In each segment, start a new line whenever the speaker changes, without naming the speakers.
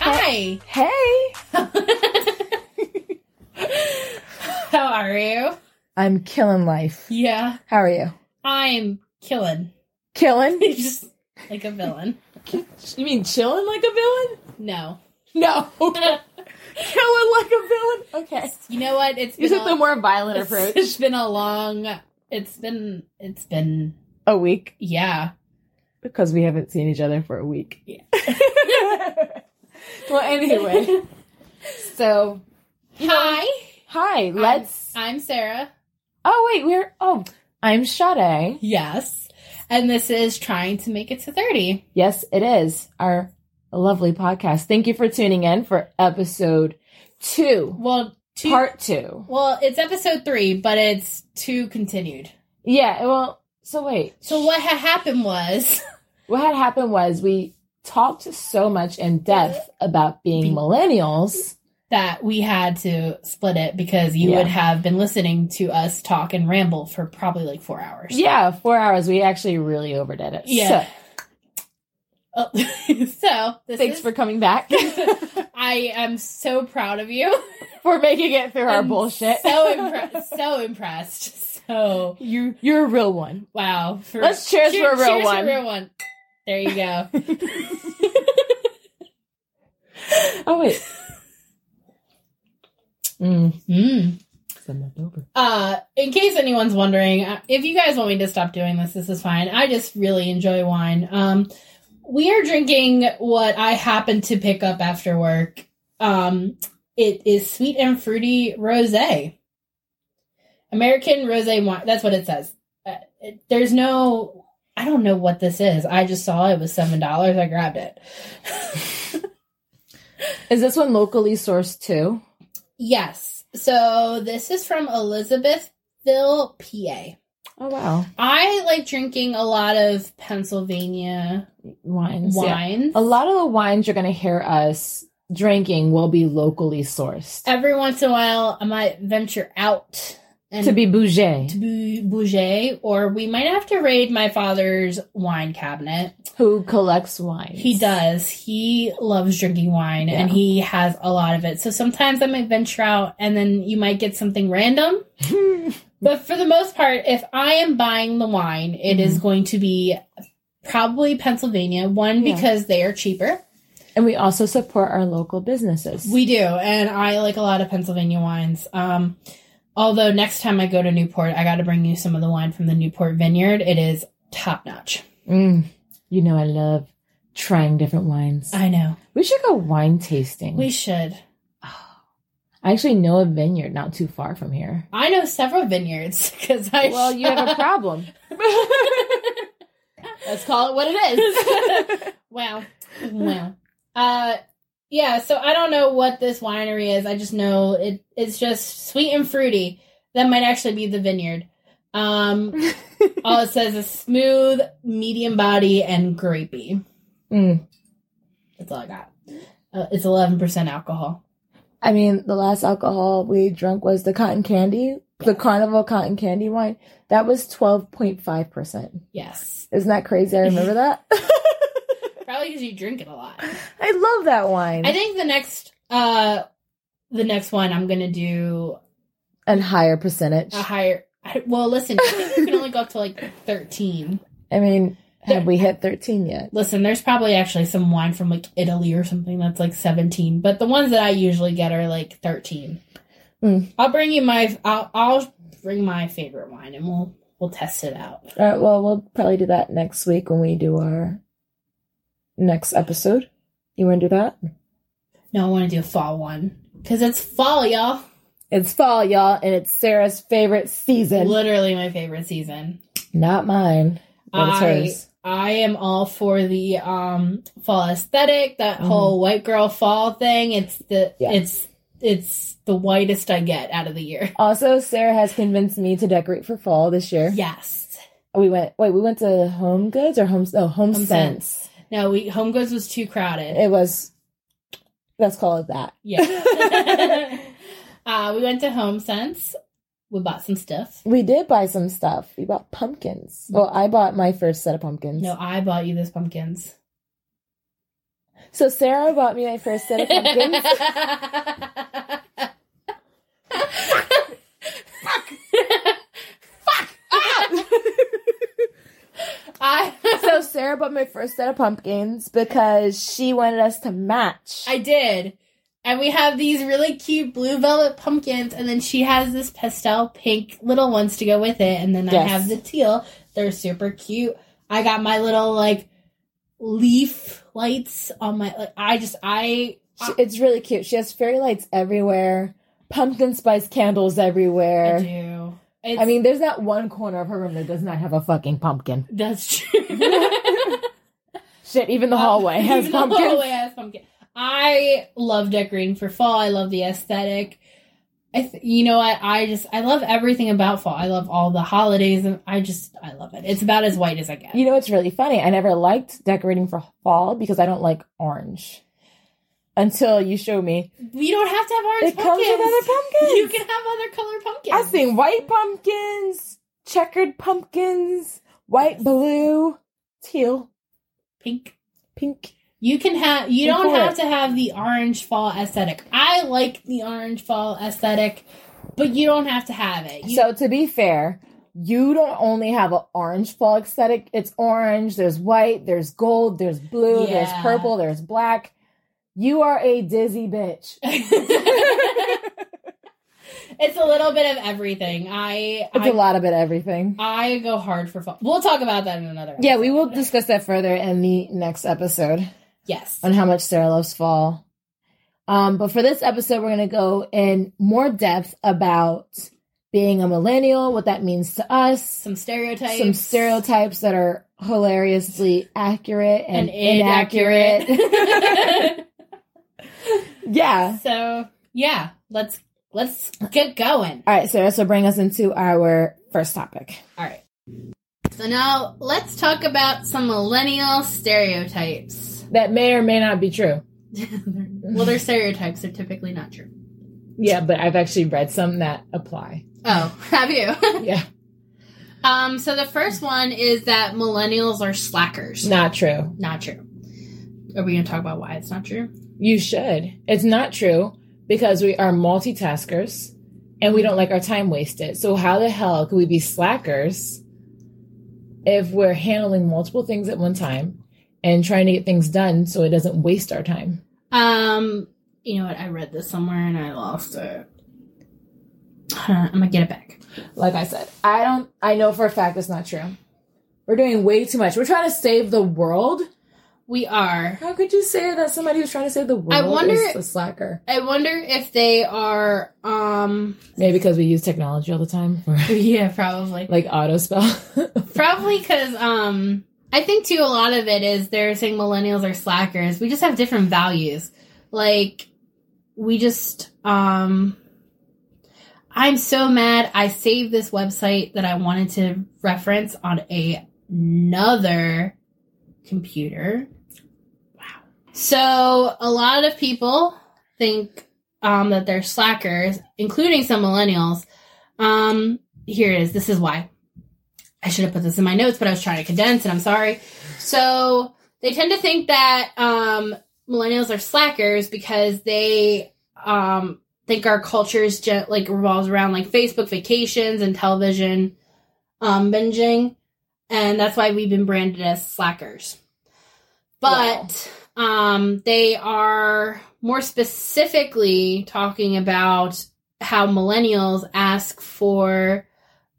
Hi.
Hey,
How are you?
I'm killing life.
Yeah.
How are you?
I'm killing.
Killing?
Just like a villain.
You mean chilling like a villain?
No.
No, killing like a villain. Okay,
You know what? It's
you
been
took
a,
the more violent
it's-
approach.
it's been a long it's been it's been
A week
yeah.
because we haven't seen each other for a week.
Yeah.
well, anyway, so
Hi.
hi. Let's.
I'm Sarah.
Oh wait, we're. Oh, I'm Sade.
Yes. And this is trying to make it to 30.
Yes, it is our lovely podcast. Thank you for tuning in for episode two,
Well, two
part two.
Well, it's episode 3, but it's two continued.
Yeah. Well, so wait.
So what had happened was
What had happened was we talked so much in depth about being
Being-
millennials.
that we had to split it because you
Yeah.
would have been listening to us talk and ramble for probably like four hours.
Yeah, four hours. We actually really overdid it.
Yeah.
So,
Oh, so this
thanks
is-
for coming back
I am so proud of you.
for making it through our
I'm
bullshit.
So impressed. So impressed. So
you you're a real one.
wow. For,
Let's cheers for a real
cheers
one.
For a real one. There you go.
Oh wait. Mm,
Mm.
send that over.
Uh, in case anyone's wondering, uh, if you guys want me to stop doing this, this is fine. I just really enjoy wine. Um, we are drinking what I happened to pick up after work. Um, it is sweet and fruity rosé, American rosé wine. That's what it says. Uh, it- there's no, I don't know what this is. I just saw it was seven dollars. I grabbed it.
Is this one locally sourced too?
Yes. So this is from Elizabethville, PA.
Oh wow.
I like drinking a lot of Pennsylvania
Wines. yeah.
wines.
A lot of the wines you're gonna hear us drinking will be locally sourced.
Every once in a while, I might venture out and
to be bougie.
to bu- bouger, or we might have to raid my father's wine cabinet.
who collects wine.
He does. He loves drinking wine, and
Yeah.
he has a lot of it. So sometimes I might venture out, and then you might get something random. But for the most part, if I am buying the wine, it is
Mm-hmm.
going to be probably Pennsylvania. One,
Yeah.
because they are cheaper.
and we also support our local businesses.
We do, and I like a lot of Pennsylvania wines. Um, although next time I go to Newport, I got to bring you some of the wine from the Newport Vineyard. It is top notch.
Mm, you know, I love trying different wines.
I know.
we should go wine tasting.
We should.
I actually know a vineyard not too far from here.
I know several vineyards because I.
Well, you have a problem. Let's call it what it is.
wow. Wow. Uh, yeah. So I don't know what this winery is. I just know it. It's just sweet and fruity. That might actually be the vineyard. Um, all it says is smooth, medium body, and grapey.
Mm,
That's all I got. Uh, it's eleven percent alcohol.
I mean, the last alcohol we drunk was the cotton candy, the carnival cotton candy wine. That was 12.5%.
Yes,
Isn't that crazy? I remember that.
probably because you drink it a lot.
I love that wine.
I think the next, uh, the next one I'm gonna do
and higher percentage.
a higher. I, well, listen, I think you can only go up to like thirteen.
I mean, have we hit 13 yet?
Listen, there's probably actually some wine from like Italy or something that's like 17, but the ones that I usually get are like 13.
Mm.
I'll bring you my I'll, I'll bring my favorite wine and we'll we'll test it out.
All right, Uh, well, we'll probably do that next week when we do our next episode. You want to do that?
No, I want to do a fall one cuz it's fall, y'all.
It's fall, y'all, and it's Sarah's favorite season.
Literally my favorite season.
Not mine, but it's
I-
hers.
I am all for the um fall aesthetic, that whole white girl fall thing. It's the
Yeah.
it's it's the whitest I get out of the year.
Also, Sarah has convinced me to decorate for fall this year.
Yes.
We went, wait, we went to Home Goods or Home, no, Home,
Home
Sense.
No, we Home Goods was too crowded.
It was, let's call it that.
Yeah. uh, we went to Home Sense. We bought some stuff.
We did buy some stuff. We bought pumpkins. Well, I bought my first set of pumpkins.
No, I bought you those pumpkins.
So Sarah bought me my first set of pumpkins.
I
so Sarah bought my first set of pumpkins because she wanted us to match.
I did. And we have these really cute blue velvet pumpkins, and then she has this pastel pink little ones to go with it, and then I
Yes.
have the teal. They're super cute. I got my little like leaf lights on my. Like, I just I
She- it's really cute. She has fairy lights everywhere, pumpkin spice candles everywhere.
I do. It's,
I mean, there's not one corner of her room that does not have a fucking pumpkin.
that's true.
Shit, even the hallway
Um,
has
even the
pumpkins.
hallway has pumpkin. I love decorating for fall. I love the aesthetic. I th- you know what? I just I love everything about fall. I love all the holidays, and I just I love it. It's about as white as I get.
You know, it's really funny. I never liked decorating for fall because I don't like orange. Until you show me,
We don't have to have orange
it comes
pumpkins.
with other pumpkins.
You can have other color pumpkins.
I've seen white pumpkins, checkered pumpkins, white, blue, teal,
pink.
pink.
You can have. You
Go
don't
for
have
it.
to have the orange fall aesthetic. I like the orange fall aesthetic, but you don't have to have it. You,
So to be fair, you don't only have an orange fall aesthetic. It's orange. There's white. There's gold. There's blue. There's
Yeah.
purple. There's black. You are a dizzy bitch.
it's a little bit of everything. I
It's
I,
a lot about everything.
I go hard for fall. We'll talk about that in another.
Yeah, we will
episode.
discuss that further in the next episode
yes.
on how much Sarah loves fall. Um, but for this episode, we're going to go in more depth about being a millennial, what that means to us,
Some stereotypes.
some stereotypes that are hilariously accurate and, inaccurate. yeah.
so yeah, let's let's get going.
All right, Sarah, so bring us into our first topic.
All right. So now let's talk about some millennial stereotypes.
That may or may not be true.
well, their stereotypes are typically not true.
Yeah, but I've actually read some that apply.
Oh, have you?
Yeah,
um. So the first one is that millennials are slackers.
not true.
Not true. Are we going to talk about why it's not true?
You should. It's not true because we are multitaskers and we don't like our time wasted. So, how the hell could we be slackers if we're handling multiple things at one time and trying to get things done so it doesn't waste our time?
Um, you know what? I read this somewhere and I lost it. Hold on, I'm gonna get it back.
Like I said, I don't, I know for a fact it's not true. We're doing way too much. We're trying to save the world.
We are.
How could you say that somebody who's trying to save the world
I wonder-
is a slacker?
I wonder if they are. Um,
Maybe because we use technology all the time, for,
yeah, probably.
like auto spell.
Probably because um, I think too a lot of it is they're saying millennials are slackers. We just have different values. Like we just um, I'm so mad. I saved this website that I wanted to reference on a- another computer. Wow. So a lot of people think um, that they're slackers, including some millennials. Um, here it is. This is why. I should have put this in my notes, but I was trying to condense, and I'm sorry. So they tend to think that um, millennials are slackers because they um, think our culture's just like revolves around like Facebook vacations and television um, binging, and that's why we've been branded as slackers. But um, they are more specifically talking about how millennials ask for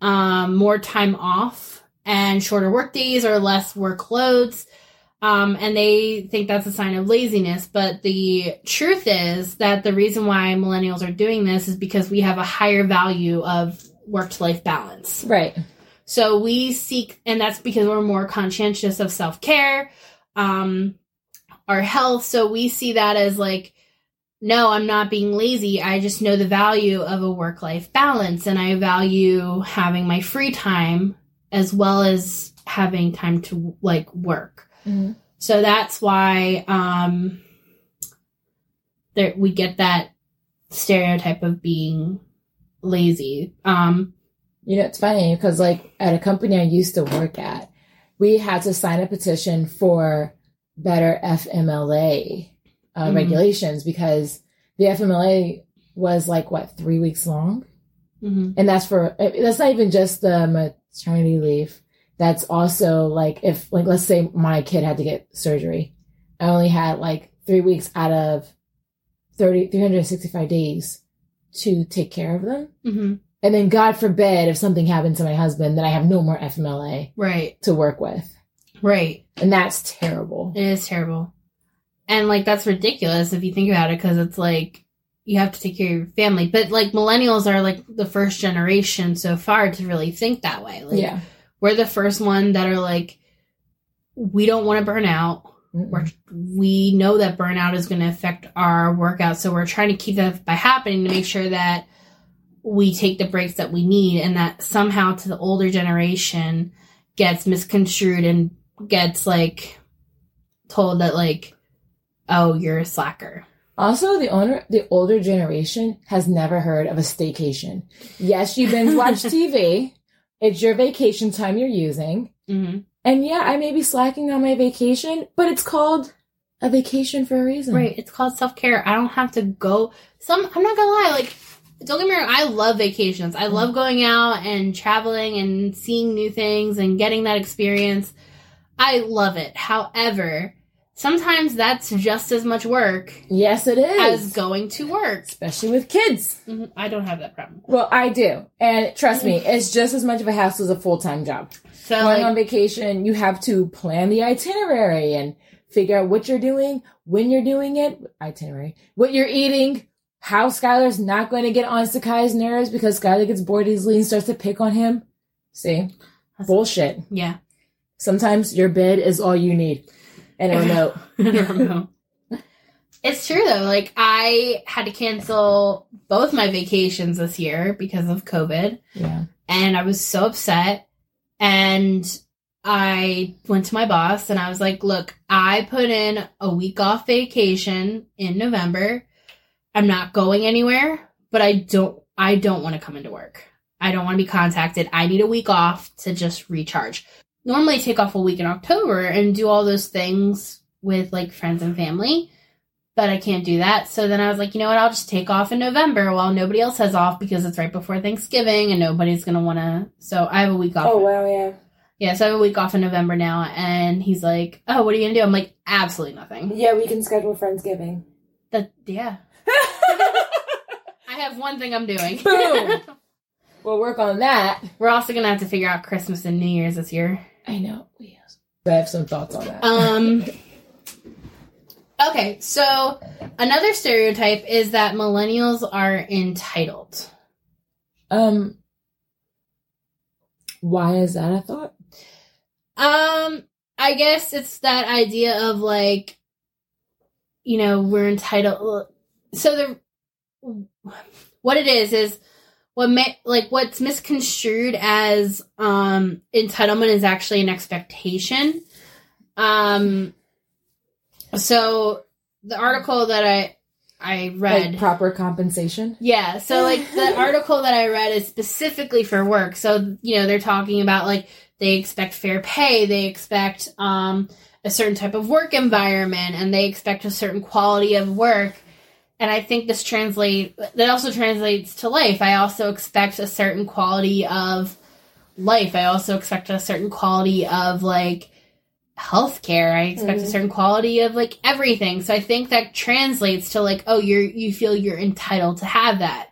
um, more time off and shorter work days or less workloads. Um, and they think that's a sign of laziness. But the truth is that the reason why millennials are doing this is because we have a higher value of work to life balance.
right.
So we seek, and that's because we're more conscientious of self care, um, our health. So we see that as like, no, I'm not being lazy. I just know the value of a work life balance, and I value having my free time as well as having time to like work.
Mhm.
So that's why um, there we get that stereotype of being lazy. Um,
You know, it's funny because, like, at a company I used to work at, we had to sign a petition for better FMLA uh,
Mhm.
regulations because the FMLA was like what three weeks long,
Mm-hmm.
and that's for eh, that's not even just the maternity leave. That's also like if like let's say my kid had to get surgery, I only had like three weeks out of 30, 365 days to take care of them.
Mm-hmm.
And then God forbid if something happened to my husband, then I have no more FMLA
Right.
to work with.
Right.
And that's terrible.
It is terrible. And like that's ridiculous if you think about it because it's like you have to take care of your family. But like millennials are like the first generation so far to really think that way. Like
yeah.
we're the first one that are like we don't want to burn out.
Mm-mm.
We're, we know that burnout is going to affect our workout, so we're trying to keep that by happening to make sure that we take the breaks that we need, and that somehow to the older generation gets misconstrued and gets like told that like, oh, you're a slacker.
Also, the owner, the older generation has never heard of a staycation. Yes, you binge watch TV. It's your vacation time you're using.
Mm-hmm.
And yeah, I may be slacking on my vacation, but it's called a vacation for a reason.
Right? It's called self care. I don't have to go. Some I'm not gonna lie, like. Don't get me wrong, I love vacations. I love going out and traveling and seeing new things and getting that experience. I love it. However, sometimes that's just as much work
Yes, it is.
as going to work.
Especially with kids.
Mhm, I don't have that problem.
Well, I do. And trust me, it's just as much of a hassle as a full time job.
So
going
like,
on vacation, you have to plan the itinerary and figure out what you're doing, when you're doing it, itinerary, what you're eating, how Skylar's not going to get on Sakai's nerves because Skylar gets bored easily and starts to pick on him. See?
That's-
Bullshit.
yeah.
Sometimes your bed is all you need. And a remote.
I don't know. It's true though. Like I had to cancel both my vacations this year because of COVID.
yeah.
and I was so upset. And I went to my boss and I was like, look, I put in a week off vacation in November. I'm not going anywhere, but I don't I don't want to come into work. I don't want to be contacted. I need a week off to just recharge. Normally I take off a week in October and do all those things with like friends and family, but I can't do that. So then I was like, you know what? I'll just take off in November while nobody else has off because it's right before Thanksgiving and nobody's going to want to. So I have a week off.
wow, Oh, yeah.
Yeah, so I have a week off in November now, and he's like, "Oh, what are you gonna do?" I'm like, "Absolutely nothing."
Yeah, we can schedule Friendsgiving.
That yeah, I have one thing I'm doing.
Boom. we'll work on that.
We're also gonna have to figure out Christmas and New Year's this year.
I know. we have- I have some thoughts on that.
Um. Okay, so another stereotype is that millennials are entitled.
Um, why is that a thought?
Um, I guess it's that idea of like, you know, we're entitled. So the what it is is what ma- like what's misconstrued as um entitlement is actually an expectation. Um, so the article that I I read
Like proper compensation?
yeah, so like the article that I read is specifically for work. So, you know, they're talking about like they expect fair pay, they expect um a certain type of work environment and they expect a certain quality of work. And I think this translate that also translates to life. I also expect a certain quality of life. I also expect a certain quality of like healthcare. I expect a
Mhm.
certain quality of like everything. So I think that translates to like, oh, you're you feel you're entitled to have that.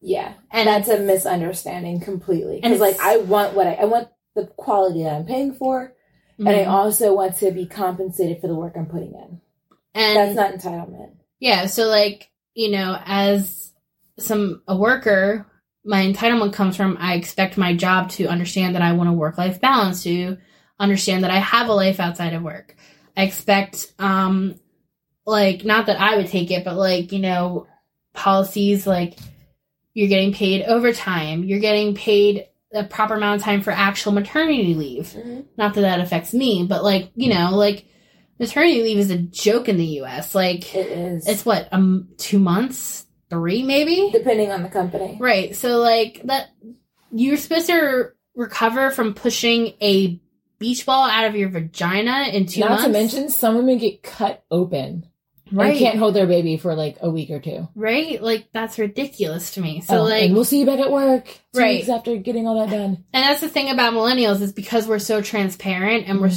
Yeah,
And
a misunderstanding completely.
And it's-
want what I, I want the quality that I'm paying for,
Mm-hmm.
also want to be compensated for the work I'm putting in.
and
not entitlement.
yeah, so like, you know, as some a worker, my entitlement comes from I expect my job to understand that I want a work life balance, to understand that I have a life outside of work. I expect um like not that I would take it, but like, you know, policies like you're getting paid overtime, you're getting paid the proper amount of time for actual maternity leave.
Mm-hmm.
Not that that affects me, but like, you know, like maternity leave is a joke in the US. Like
It is
it's what um two months three maybe
depending on the company.
right so like that you're supposed to recover from pushing a beach ball out of your vagina in two
Not
months.
to mention, some women get cut open.
right?
Right. can't hold their baby for like a week or two.
right? Like that's ridiculous to me. So
Oh,
like,
and we'll see you back at work two
Right.
weeks after getting all that done.
and that's the thing about millennials is because we're so transparent and
Mm.
we're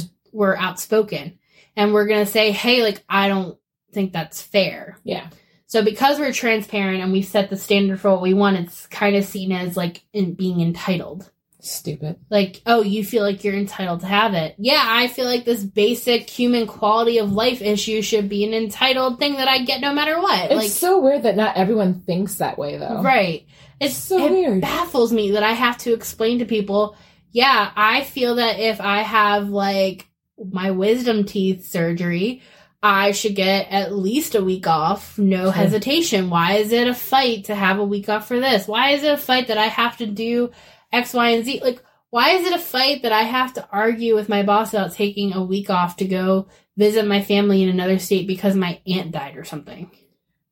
we're outspoken and we're gonna say, hey, like I don't think that's fair.
Yeah.
So because we're transparent and we set the standard for what we want, it's kind of seen as like in being entitled.
Stupid.
Like, oh, you feel like you're entitled to have it. Yeah, I feel like this basic human quality of life issue should be an entitled thing that I get no matter what.
It's
like,
so weird that not everyone thinks that way though.
right. It's
It's so
it
weird.
baffles me that I have to explain to people, yeah, I feel that if I have like my wisdom teeth surgery, I should get at least a week off, no
Sure.
hesitation. Why is it a fight to have a week off for this? Why is it a fight that I have to do X, Y, and Z? Like, why is it a fight that I have to argue with my boss about taking a week off to go visit my family in another state because my aunt died or something?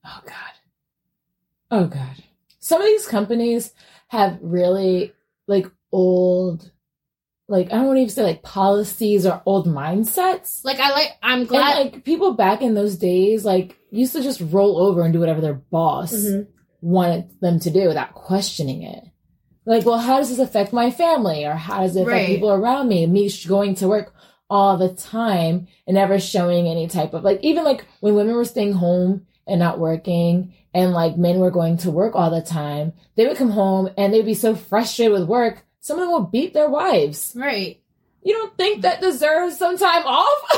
Oh god. Oh god. Some of these companies have really like old like I don't want to even say like policies or old mindsets.
Like, I like, I'm glad.
and like people back in those days like used to just roll over and do whatever their boss
Mm-hmm.
wanted them to do without questioning it. Like, well, how does this affect my family or how does it affect
Right.
people around me? Me sh- going to work all the time and never showing any type of like, even like when women were staying home and not working and like men were going to work all the time, they would come home and they'd be so frustrated with work. Some of them would beat their wives.
Right.
You don't think that deserves some time off?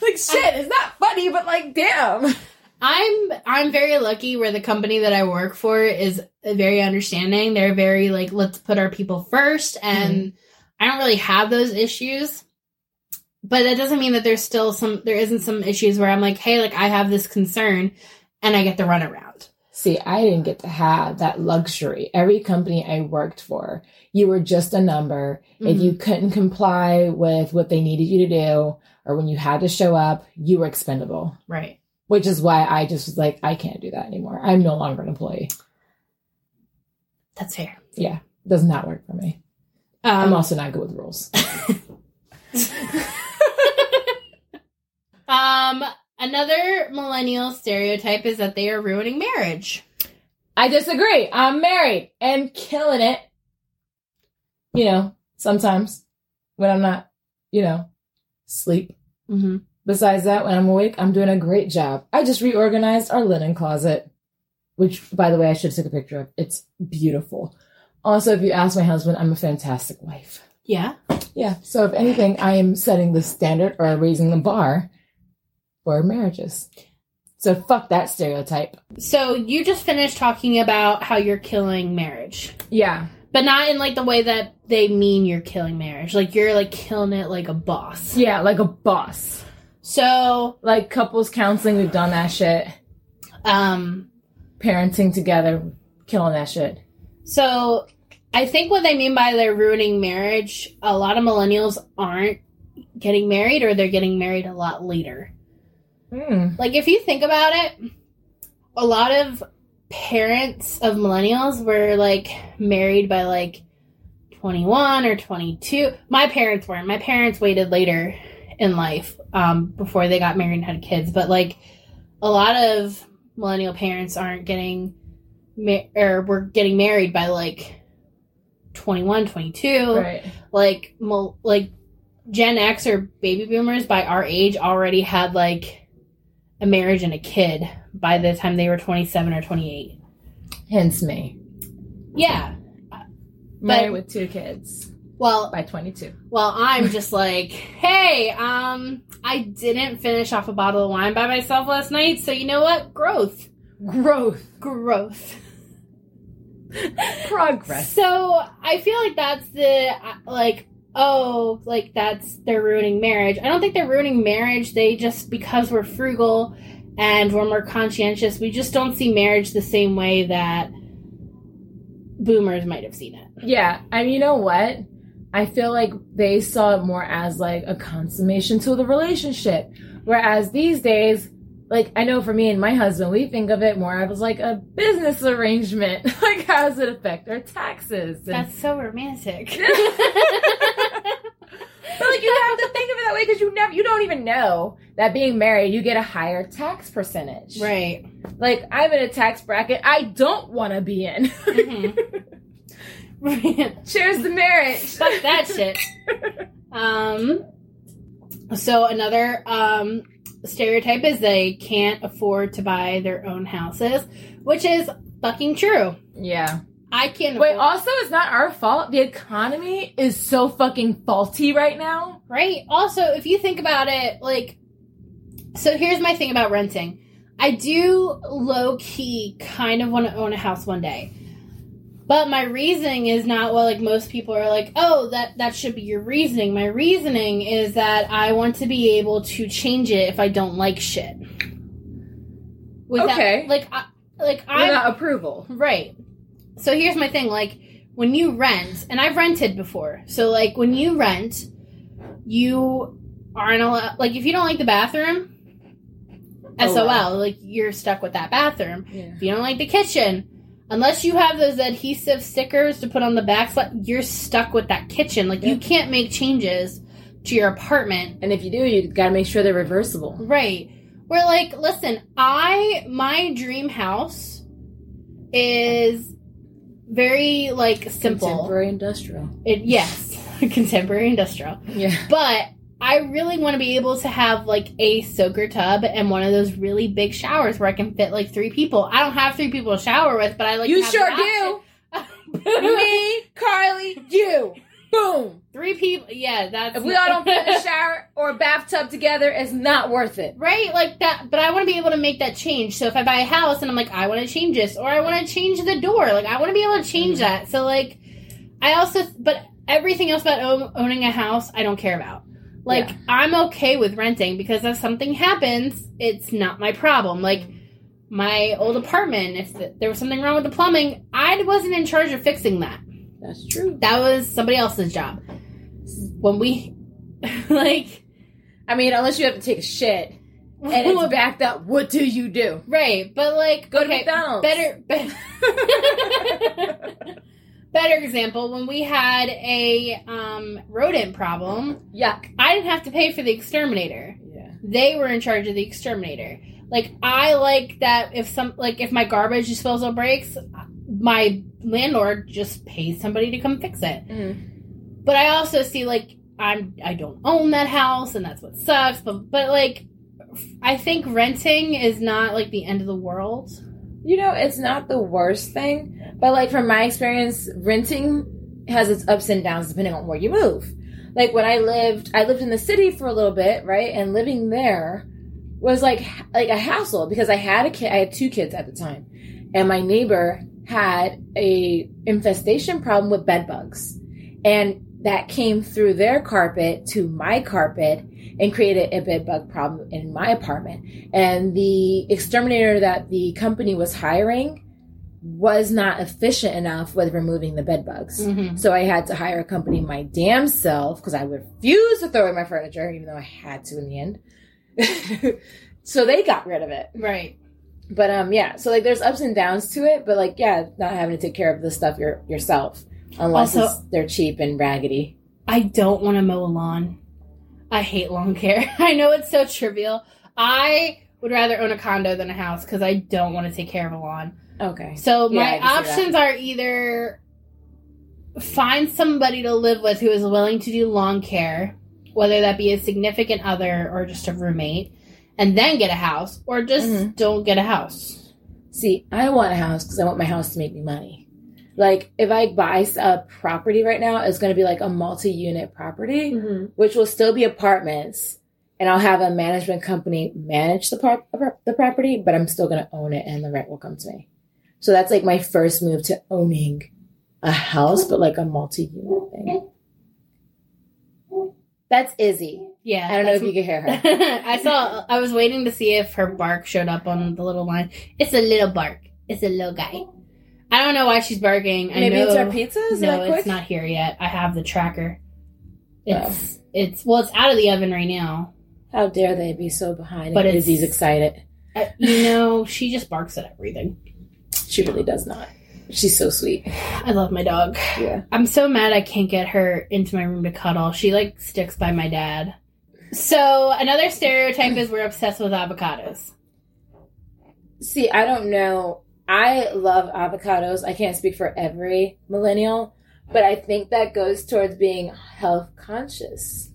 like, shit, it's not funny, but like, damn.
I'm I'm very lucky where the company that I work for is very understanding. They're very like let's put our people first and I don't really have those issues. But that doesn't mean that there's still some there isn't some issues where I'm like, "Hey, like I have this concern and I get the runaround."
See, I didn't get to have that luxury. Every company I worked for, you were just a number. If Mm-hmm. you couldn't comply with what they needed you to do, or when you had to show up, you were expendable,
Right.
which is why I just was like, I can't do that anymore. I'm no longer an employee.
That's fair.
Does not work for me. I'm
Um,
also not good with rules.
um another millennial stereotype is that they are ruining marriage.
I disagree. I'm married and killing it. You know, sometimes when I'm not, you know, sleep.
Mm-hmm.
Besides that, when I'm awake, I'm doing a great job. I just reorganized our linen closet, which, by the way, I should have took a picture of. It's beautiful. Also, if you ask my husband, I'm a fantastic wife.
Yeah.
Yeah. So, if anything, I am setting the standard or raising the bar for marriages. So, fuck that stereotype.
So you just finished talking about how you're killing marriage.
Yeah.
But not in like the way that they mean you're killing marriage. Like you're like killing it like a boss.
Yeah, like a boss.
So,
Like couples counseling, we've done that shit.
um,
Parenting together, killing that shit.
so I think what they mean by they're ruining marriage, a lot of millennials aren't getting married or they're getting married a lot later.
Mm.
Like if you think about it, a lot of parents of millennials were like married by like 21 or 22. My parents weren't. My parents waited later in life um, before they got married and had kids. But like a lot of millennial parents aren't getting ma- or were getting married by like 21, 22
Right.
like mul- like Gen X or baby boomers by our age already had like a marriage and a kid by the time they were 27 or 28.
Hence me.
Yeah.
Married with two kids
Well,
by 22.
well, I'm just like, "Hey, um I didn't finish off a bottle of wine by myself last night, so you know what? Growth.
Growth.
Growth."
progress.
So I feel like that's the uh, like oh like that's they're ruining marriage. I don't think they're ruining marriage. They just because we're frugal and we're more conscientious, we just don't see marriage the same way that boomers might have seen it.
Yeah, I mean, you know what? I feel like they saw it more as like a consummation to the relationship, whereas these days like I know for me and my husband, we think of it more as like a business arrangement. like how does it affect our taxes? And-
That's so romantic.
but like you have to think of it that way because you never, you don't even know that being married, you get a higher tax percentage.
right.
Like I'm in a tax bracket I don't want to be in.
Mhm.
Cheers to marriage.
Fuck that shit. Um, so another um, stereotype is they can't afford to buy their own houses, which is fucking true.
Yeah.
I can't.
Wait.
afford-
Also, it's not our fault. The economy is so fucking faulty right now.
right? Also, if you think about it, like, so here's my thing about renting. I do low key kind of want to own a house one day. But my reasoning is not well like most people are like, "Oh, that that should be your reasoning." My reasoning is that I want to be able to change it if I don't like shit. Without,
Okay.
Like I, like I
Without approval.
Right. So here's my thing like when you rent, and I've rented before. So like when you rent, you aren't allowed like if you don't like the bathroom,
Oh,
SOL,
wow.
like you're stuck with that bathroom.
Yeah.
If you don't like the kitchen, unless you have those adhesive stickers to put on the back sli- you're stuck with that kitchen. Like you
Yeah.
can't make changes to your apartment
And if you do, you gotta make sure they're reversible.
Right. We're like, listen, I my dream house is very like simple.
Contemporary industrial.
It, yes, contemporary industrial.
Yeah.
But I really want to be able to have like a soaker tub and one of those really big showers where I can fit like three people. I don't have three people to shower with, but I like to
you
have
sure
the
do.
option.
Me, Carly, you. Boom.
three people. Yeah, that's
If we all don't fit in a shower or a bathtub together, it's not worth it.
Right, like that, but I want to be able to make that change. So if I buy a house and I'm like, I want to change this, or I want to change the door, like I want to be able to change
Mm-hmm.
that. So like, I also, but everything else about own, owning a house, I don't care about. Like
Yeah.
I'm okay with renting because if something happens, it's not my problem. Like my old apartment, if th there was something wrong with the plumbing, I wasn't in charge of fixing that.
That's true.
That was somebody else's job. When we, like,
I mean, unless you have to take a shit and it's backed up, what do you do?
right, but like,
Go to
okay,
McDonald's.
better be- better example when we had a um, rodent problem
Yuck.
i didn't have to pay for the exterminator
Yeah.
they were in charge of the exterminator like i like that if some like if my garbage disposal breaks my landlord just pays somebody to come fix it
Mm.
but i also see like i'm i don't own that house and that's what sucks but but like i think renting is not like the end of the world
You know, it's not the worst thing, but like from my experience, renting has its ups and downs depending on where you move. Like when I lived, I lived in the city for a little bit, right? And living there was like like a hassle because I had a kid, I had two kids at the time, and my neighbor had a infestation problem with bed bugs, and that came through their carpet to my carpet and created a bed bug problem in my apartment and the exterminator that the company was hiring was not efficient enough with removing the bed bugs.
mm-hmm.
So I had to hire a company my damn self because I refused to throw away my furniture, even though I had to in the end. so they got rid of it.
right
But um, yeah. So like, there's ups and downs to it, but like, yeah, not having to take care of the stuff your, yourself unless
Also-
it's, they're cheap and raggedy.
I don't want to mow a lawn. I hate lawn care. I know it's so trivial. I would rather own a condo than a house because I don't want to take care of a lawn.
Okay.
So my
Yeah, I can see that.
options are either find somebody to live with who is willing to do lawn care, whether that be a significant other or just a roommate, and then get a house, or just
Mhm.
don't get a house.
See, I want a house because I want my house to make me money. Like, if I buy a property right now, it's going to be like a multi unit property, which will still be apartments. And I'll have a management company manage the, par- the property, but I'm still going to own it and the rent will come to me. So that's like my first move to owning a house, but like a multi unit thing. That's Izzy.
Yeah,
I don't know
that's
if you can hear her.
I saw. I was waiting to see if her bark showed up on the little line. It's a little bark. It's a little guy. I don't know why she's barking.
Maybe
I know,
it's our pizza? Is
no,
that quick? Oh.
it's not here yet. I have the tracker. It's it's well, it's out of the oven right now.
How dare they be so behind
But
but
it's-
Izzy's excited.
Uh, you know, she just barks at everything.
She really does not. She's so sweet.
I love my dog.
Yeah.
I'm so mad I can't get her into my room to cuddle. She like sticks by my dad. So another stereotype is we're obsessed with avocados.
See, I don't know. I love avocados. I can't speak for every millennial, but I think that goes towards being health conscious.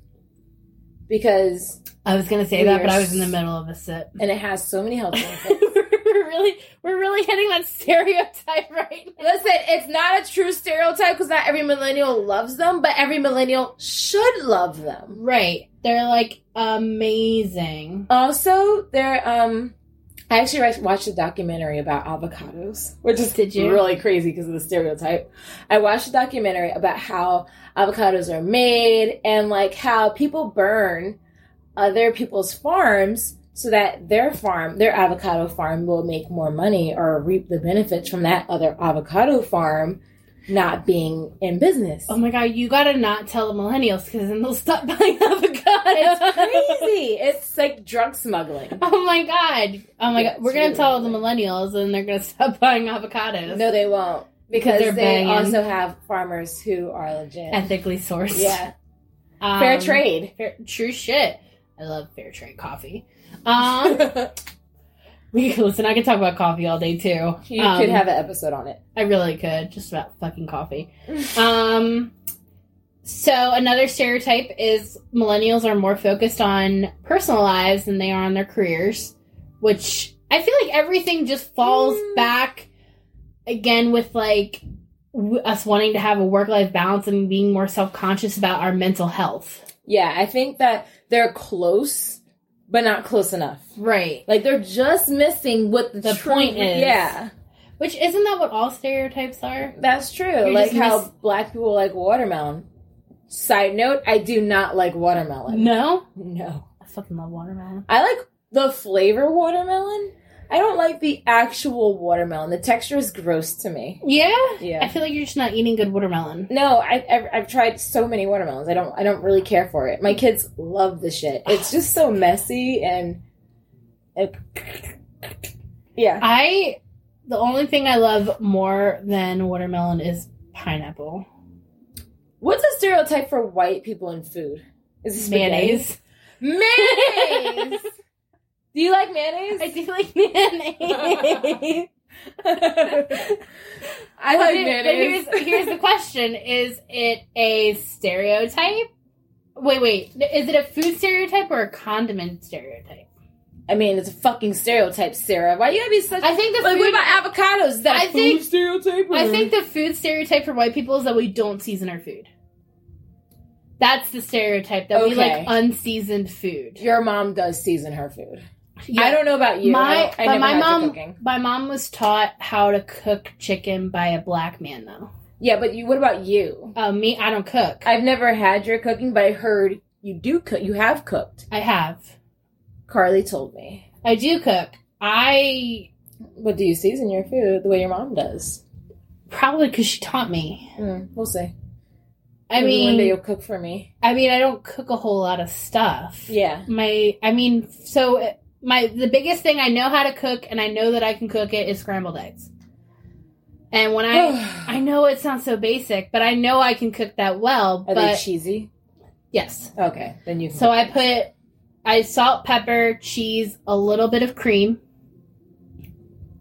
Because,
I was gonna say that, but I was in the middle of a sip.
and it has so many health
we're
benefits.
really, we're really hitting that stereotype right now.
Listen, it's not a true stereotype because not every millennial loves them, but every millennial should love them.
Right? They're like amazing.
Also, there, um, I actually re- watched a documentary about avocados, which is
Did you?
really crazy because of the stereotype. I watched a documentary about how avocados are made and like how people burn other people's farms so that their farm, their avocado farm, will make more money or reap the benefits from that other avocado farm not being in business.
Oh my god, you gotta not tell the millennials because then they'll stop buying avocados.
It's crazy. it's like drug smuggling.
Oh my god! Oh my
Yeah,
god! We're
it's
gonna
really
tell the millennials, and they're gonna stop buying avocados.
No, they won't because
they're
they
banging.
also have farmers who are legit.
ethically sourced.
yeah,
Um,
fair trade.
fair- true shit. I love fair trade coffee. Um, we could listen. I could talk about coffee all day too.
you
Um,
could have an episode on it.
I really could. Just about fucking coffee. um. So another stereotype is millennials are more focused on personal lives than they are on their careers, which I feel like everything just falls
Mm.
back again with like w- us wanting to have a work life balance and being more self conscious about our mental health.
Yeah, I think that they're close, but not close enough.
Right.
Like they're just missing what the,
The
true-
point is.
Yeah,
Which isn't that what all stereotypes are?
that's true.
You're
like
just
how
miss-
black people like watermelon. Side note: I do not like watermelon.
No.
no,
I fucking love watermelon.
I like the flavor watermelon. I don't like the actual watermelon. The texture is gross to me.
Yeah.
Yeah.
I feel like you're just not eating good watermelon.
No, I, I've I've tried so many watermelons. I don't I don't really care for it. My kids love the shit. It's just so messy and, it- yeah.
I the only thing I love more than watermelon is pineapple
What's a stereotype for white people in food? Is it spaghetti?
mayonnaise.
Mayonnaise. Do you like mayonnaise?
I do like mayonnaise.
I
But
like
here- but
mayonnaise.
here's, here's the question: Is it a stereotype? Wait, wait. Is it a food stereotype or a condiment stereotype?
I mean, it's a fucking stereotype, Sarah. Why you gotta be such?
I think the
like, Hmm. what
food.
about avocados? Is that
I
a food
think-
stereotype?
I
or-
think the food stereotype for white people is that we don't season our food. That's the stereotype that we like
Okay.
unseasoned food.
your mom does season her food. I
Yeah.
don't know about you.
My-
I,
but
I never
my
had the
mom-
cooking.
My mom was taught how to cook chicken by a black man, though.
Yeah, but you. What about you?
Uh, me, I don't cook. I,
I've never had your cooking, but I heard you do cook. You have cooked.
have.
Carly told me.
I do cook. I
But do you season your food the way your mom does?
probably because she taught me.
Mm, we'll see.
I
Maybe one day
mean,
you'll cook for me.
I mean, I don't cook a whole lot of stuff.
Yeah.
My, I mean, so uh, my the biggest thing I know how to cook, and I know that I can cook it is scrambled eggs. And when I, I know it sounds so basic, but I know I can cook that well.
Are they
but
cheesy?
yes,
Okay, then you. Can
So
cook
I
it.
put I salt, pepper, cheese, a little bit of cream.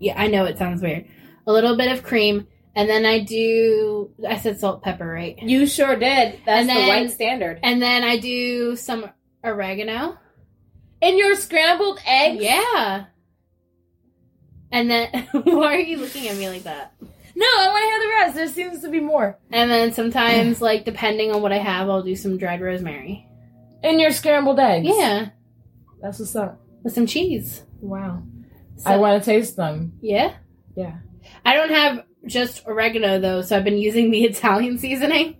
Yeah, I know it sounds weird. A little bit of cream, and then I do I said salt, pepper, right?
You sure did. That's
And then-
the white standard.
And then I do some oregano.
And your scrambled eggs.
Yeah. And then why are you looking at me like that?
No, I want to hear the rest. There seems to be more.
And then sometimes like depending on what I have, I'll do some dried rosemary.
And your scrambled eggs.
Yeah,
That's what's up.
with some cheese.
Wow.
So-
want to taste them.
yeah.
Yeah.
I don't have just oregano though, so I've been using the Italian seasoning.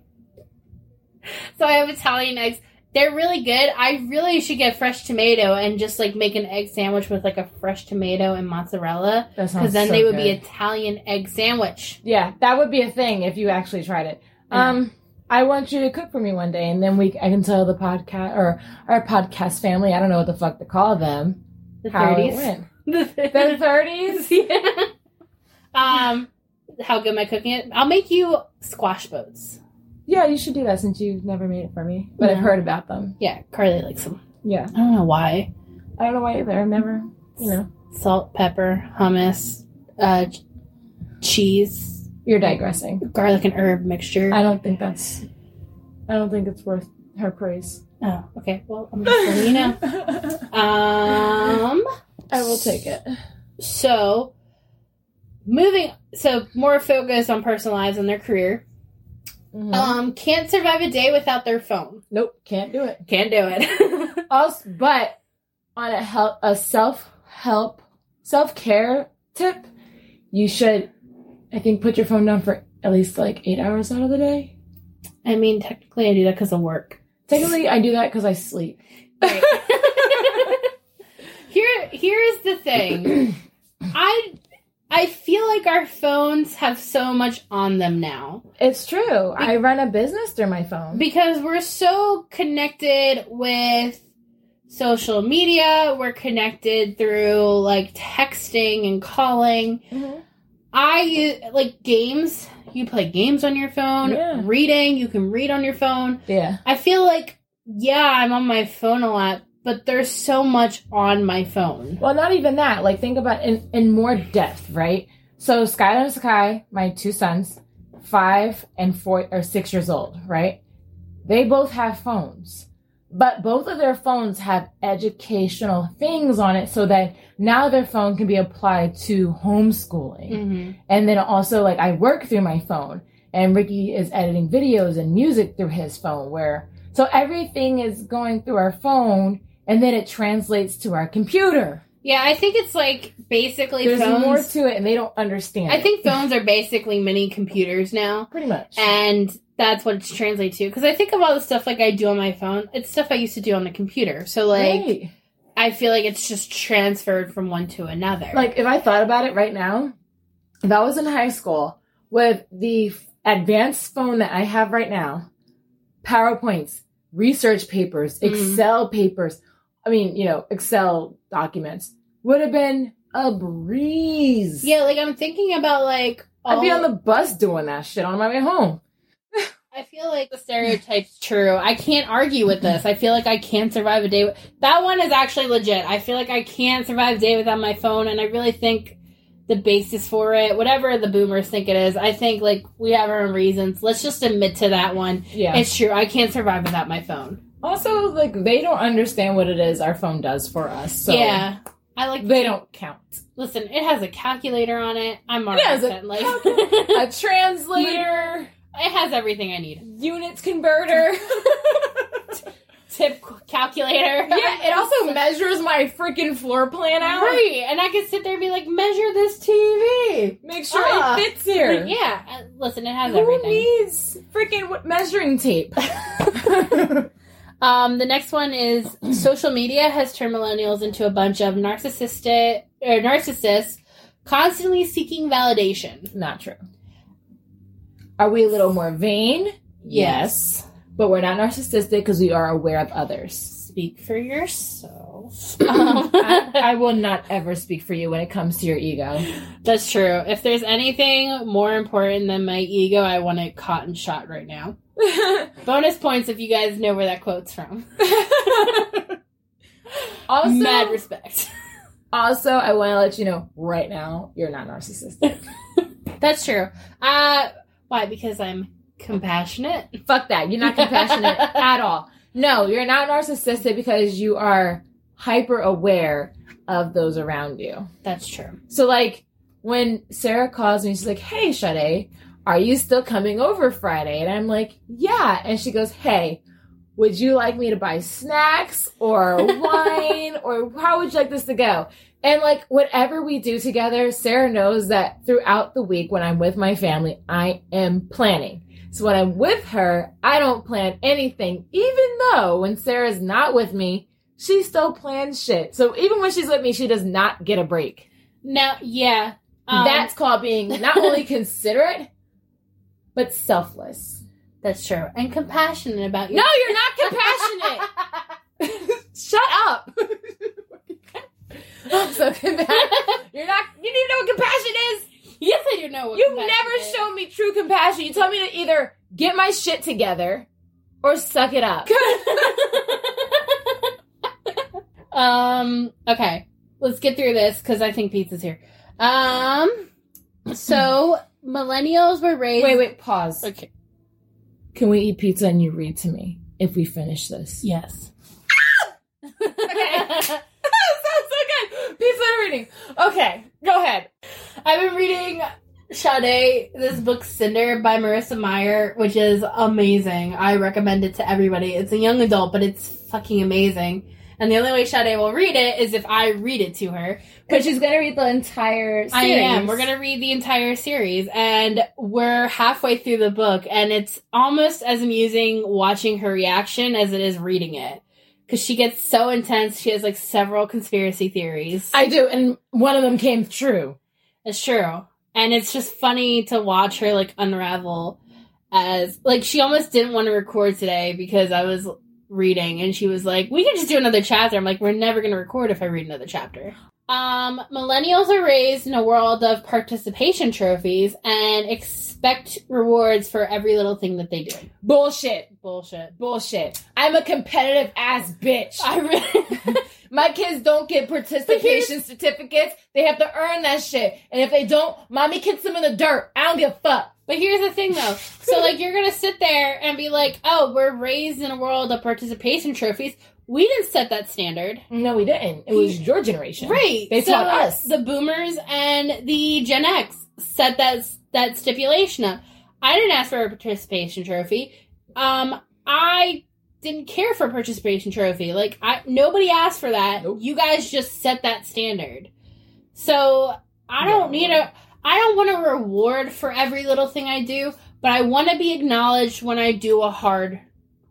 So I have Italian eggs. They're really good. I really should get fresh tomato and just like make an egg sandwich with like a fresh tomato and mozzarella
That sounds
because then
so
they would be
good.
Italian egg sandwich.
yeah, that would be a thing if you actually tried it.
Yeah.
Um, I want you to cook for me one day, and then we I can tell the podcast or our podcast family. I don't know what the fuck to call them.
The
how it
thirties.
went.
The thirties.
yeah. Um, how good am I cooking it? I'll make you squash boats.
Yeah, you should do that since you've never made it for me, but I've
No.
heard about them.
Yeah, Carly likes them.
Yeah,
I don't know why.
I don't know why either. I've never, you know.
Salt, pepper, hummus, uh, ch- cheese,
You're digressing.
garlic and herb mixture.
I don't think that's. I don't think it's worth her praise.
oh, okay. Well, I'm just letting you know. Um.
I will take it.
So, moving, so more focus on personal lives and their career.
Mm-hmm.
Um, can't survive a day without their phone.
nope, can't do it.
Can't do it.
Also, but on a help, a self help, self care tip, you should, I think, put your phone down for at least like eight hours out of the day.
I mean, technically, I do that because of work.
Technically, I do that because I sleep.
Here, here is the thing. I, I feel like our phones have so much on them now.
It's true. I run a business through my phone.
because we're so connected with social media we're connected through like texting and calling
Mhm.
i uh, like games you play games on your phone
Yeah.
reading you can read on your phone
Yeah.
i feel like yeah i'm on my phone a lot but there's so much on my phone
Well, not even that. Like, think about in in more depth, right? So, Skylar and Sakai, my two sons, five and four or six years old, right? They both have phones, but both of their phones have educational things on it, so that now their phone can be applied to homeschooling.
Mm.
And then also, like, I work through my phone, and Ricky is editing videos and music through his phone, where so everything is going through our phone, and then it translates to our computer.
yeah i think it's like basically
There's
phones
more to it, and they don't understand.
i
it.
think phones are basically mini computers now
pretty much.
and that's what it's translated to because i think of all the stuff like i do on my phone it's stuff i used to do on the computer so like
Right.
i feel like it's just transferred from one to another
like if I thought about it right now, if I was in high school with the f- advanced phone that I have right now, PowerPoints, research papers,
Mhm.
Excel papers, I mean, you know, Excel documents would have been a breeze.
yeah like i'm thinking about like all,
I'd be on the bus doing that shit on my way home.
i feel like the stereotype's true i can't argue with this i feel like i can't survive a day w- that one is actually legit i feel like i can't survive a day without my phone and i really think the basis for it whatever the boomers think it is i think like we have our own reasons let's just admit to that one
Yeah.
it's true i can't survive without my phone
also, like they don't understand what it is our phone does for us. So
yeah, I like.
They don't count.
Listen, it has a calculator on it. I'm alright.
It has
with
a
it. Like, it
A translator,
has everything I need.
units converter.
Tip calculator.
Yeah, it also measures my freaking floor plan out.
Right, and I can sit there and be like, measure this TV.
Make sure
Ah.
it fits here.
Like, yeah, uh, listen, it has
Who
everything.
needs freaking what measuring tape?
Um, the next one is social media has turned millennials into a bunch of narcissistic or narcissists constantly seeking validation.
not true. Are we a little more vain? Yes. But we're not narcissistic because we are aware of others.
Speak for yourself. Um,
I, I will not ever speak for you when it comes to your ego.
That's true. If there's anything more important than my ego, I want it caught and shot right now. Bonus points if you guys know where that quote's from.
also,
Mad respect.
also, I want to let you know right now, you're not narcissistic.
That's true. Uh, why? Because I'm compassionate.
Fuck that. You're not compassionate at all. No, you're not narcissistic because you are hyper aware of those around you.
That's true.
So, like, when Sarah calls me, she's like, Hey, Sade, are you still coming over Friday? And I'm like, Yeah. And she goes, Hey, would you like me to buy snacks or wine or how would you like this to go? And like whatever we do together, Sarah knows that throughout the week when I'm with my family, I am planning. So when I'm with her, I don't plan anything, even though when Sarah's not with me, she still plans shit. So even when she's with me, she does not get a break.
Now, yeah. um,
That's called being not only considerate, but selfless.
that's true. And compassionate about you.
No, you're not compassionate. Shut up. so compa- you're not. You don't even know what compassion is.
yes, I do know. What
You've
compassion
never
is.
shown me true compassion. You tell me to either get my shit together or suck it up.
Um. Okay, let's get through this because I think pizza's here. Um. So millennials were raised.
Wait, wait, pause.
Okay.
Can we eat pizza and you read to me if we finish this?
Yes.
Okay. Sounds so good. Pizza and reading. Okay, go ahead.
I've been reading Sade, this book Cinder by Marissa Meyer, which is amazing. I recommend it to everybody. It's a young adult, but it's fucking amazing. And the only way Sade will read it is if I read it to her.
But she's gonna read the entire series.
I am. We're gonna read the entire series, and we're halfway through the book, and it's almost as amusing watching her reaction as it is reading it. Because she gets so intense, she has like several conspiracy theories.
I do, and one of them came true.
It's true. And it's just funny to watch her like unravel as like she almost didn't want to record today because I was reading and she was like, We can just do another chapter. I'm like, we're never gonna record if I read another chapter. Um, millennials are raised in a world of participation trophies and expect rewards for every little thing that they do.
Bullshit.
Bullshit.
Bullshit. I'm a competitive ass bitch.
I really
My kids don't get participation certificates. They have to earn that shit. And if they don't, mommy kicks them in the dirt. I don't give a fuck.
But here's the thing though. So like you're gonna sit there and be like, oh, we're raised in a world of participation trophies. We didn't set that standard.
No, we didn't. It was your generation.
Right.
They
so
taught us.
The boomers and the Gen X set that that stipulation up. I didn't ask for a participation trophy. Um, I didn't care for a participation trophy. Like I nobody asked for that.
Nope.
You guys just set that standard. So I don't need a I don't want a reward for every little thing I do, but I want to be acknowledged when I do a hard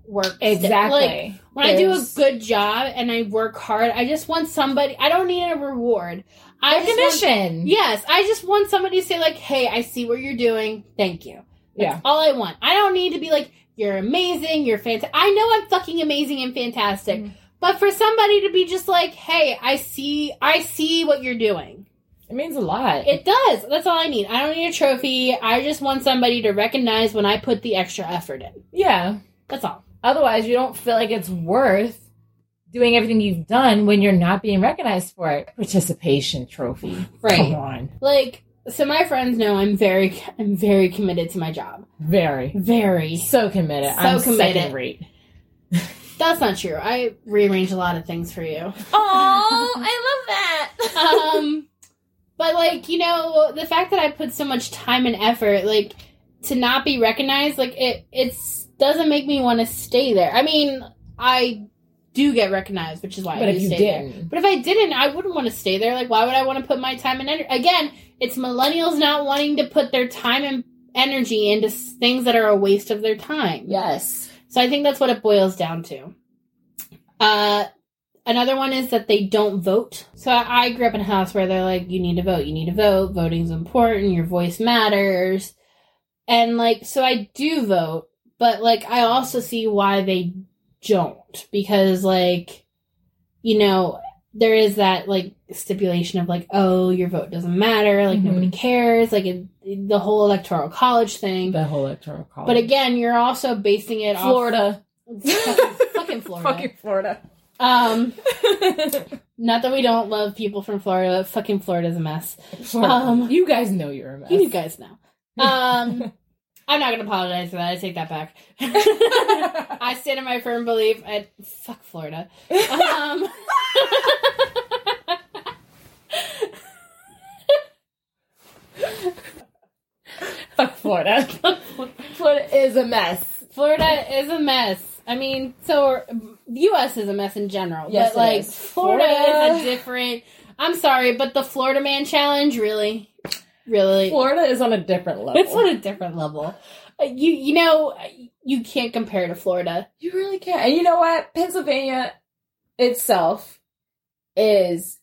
work. step.
Exactly.
Like, when I do a
There's-
good job and I work hard, I just want somebody. I don't need a reward. I just want-
Recognition.
yes, I just want somebody to say like, "Hey, I see what you're doing. Thank you." That's
Yeah.
all I want. I don't need to be like, "You're amazing. You're fantastic." I know I'm fucking amazing and fantastic,
Mhm.
but for somebody to be just like, "Hey, I see. I see what you're doing."
It means a lot.
It does. That's all I need. I don't need a trophy. I just want somebody to recognize when I put the extra effort in.
yeah.
That's all.
Otherwise, you don't feel like it's worth doing everything you've done when you're not being recognized for it. Participation trophy. Come on.
like so my friends know i'm very i'm very committed to my job
Very.
very
So committed.
So
I'm
committed.
second rate.
that's not true i rearrange a lot of things for you
Oh, I love that.
um but like you know the fact that i put so much time and effort like to not be recognized like it it's doesn't make me want to stay there i mean i do get recognized which is why
But
i
if
do
you
stay there
didn't,
But if I didn't, I wouldn't want to stay there. Like, why would I want to put my time and energy? Again, it's millennials not wanting to put their time and energy into s- things that are a waste of their time.
yes.
So I think that's what it boils down to. Uh, another one is that they don't vote. So I, I grew up in a house where they're like, you need to vote, you need to vote, voting's important, your voice matters. And like, so I do vote, but like, I also see why they don't because like, you know, there is that like stipulation of like, oh, your vote doesn't matter, like
Mhm.
nobody cares, like it, the whole electoral college thing.
The whole electoral college.
but again, you're also basing it off
Florida.
fucking, fucking Florida.
Florida.
Um, not that we don't love people from Florida. but Fucking Florida's a mess.
Florida.
Um,
you guys know you're a mess.
You guys know. Um, I'm not gonna apologize for that. I take that back. I stand in my firm belief. I fuck Florida. Um,
Fuck Florida. Florida is a mess.
Florida is a mess. I mean, so are, U.S. is a mess in general.
Yes,
but
it
like
is.
Florida, is a
Florida.
different. I'm sorry, but the Florida Man Challenge really, really.
Florida is on a different level.
It's on a different level. Uh, You you know you can't compare to Florida.
you really can't. And you know what? Pennsylvania itself is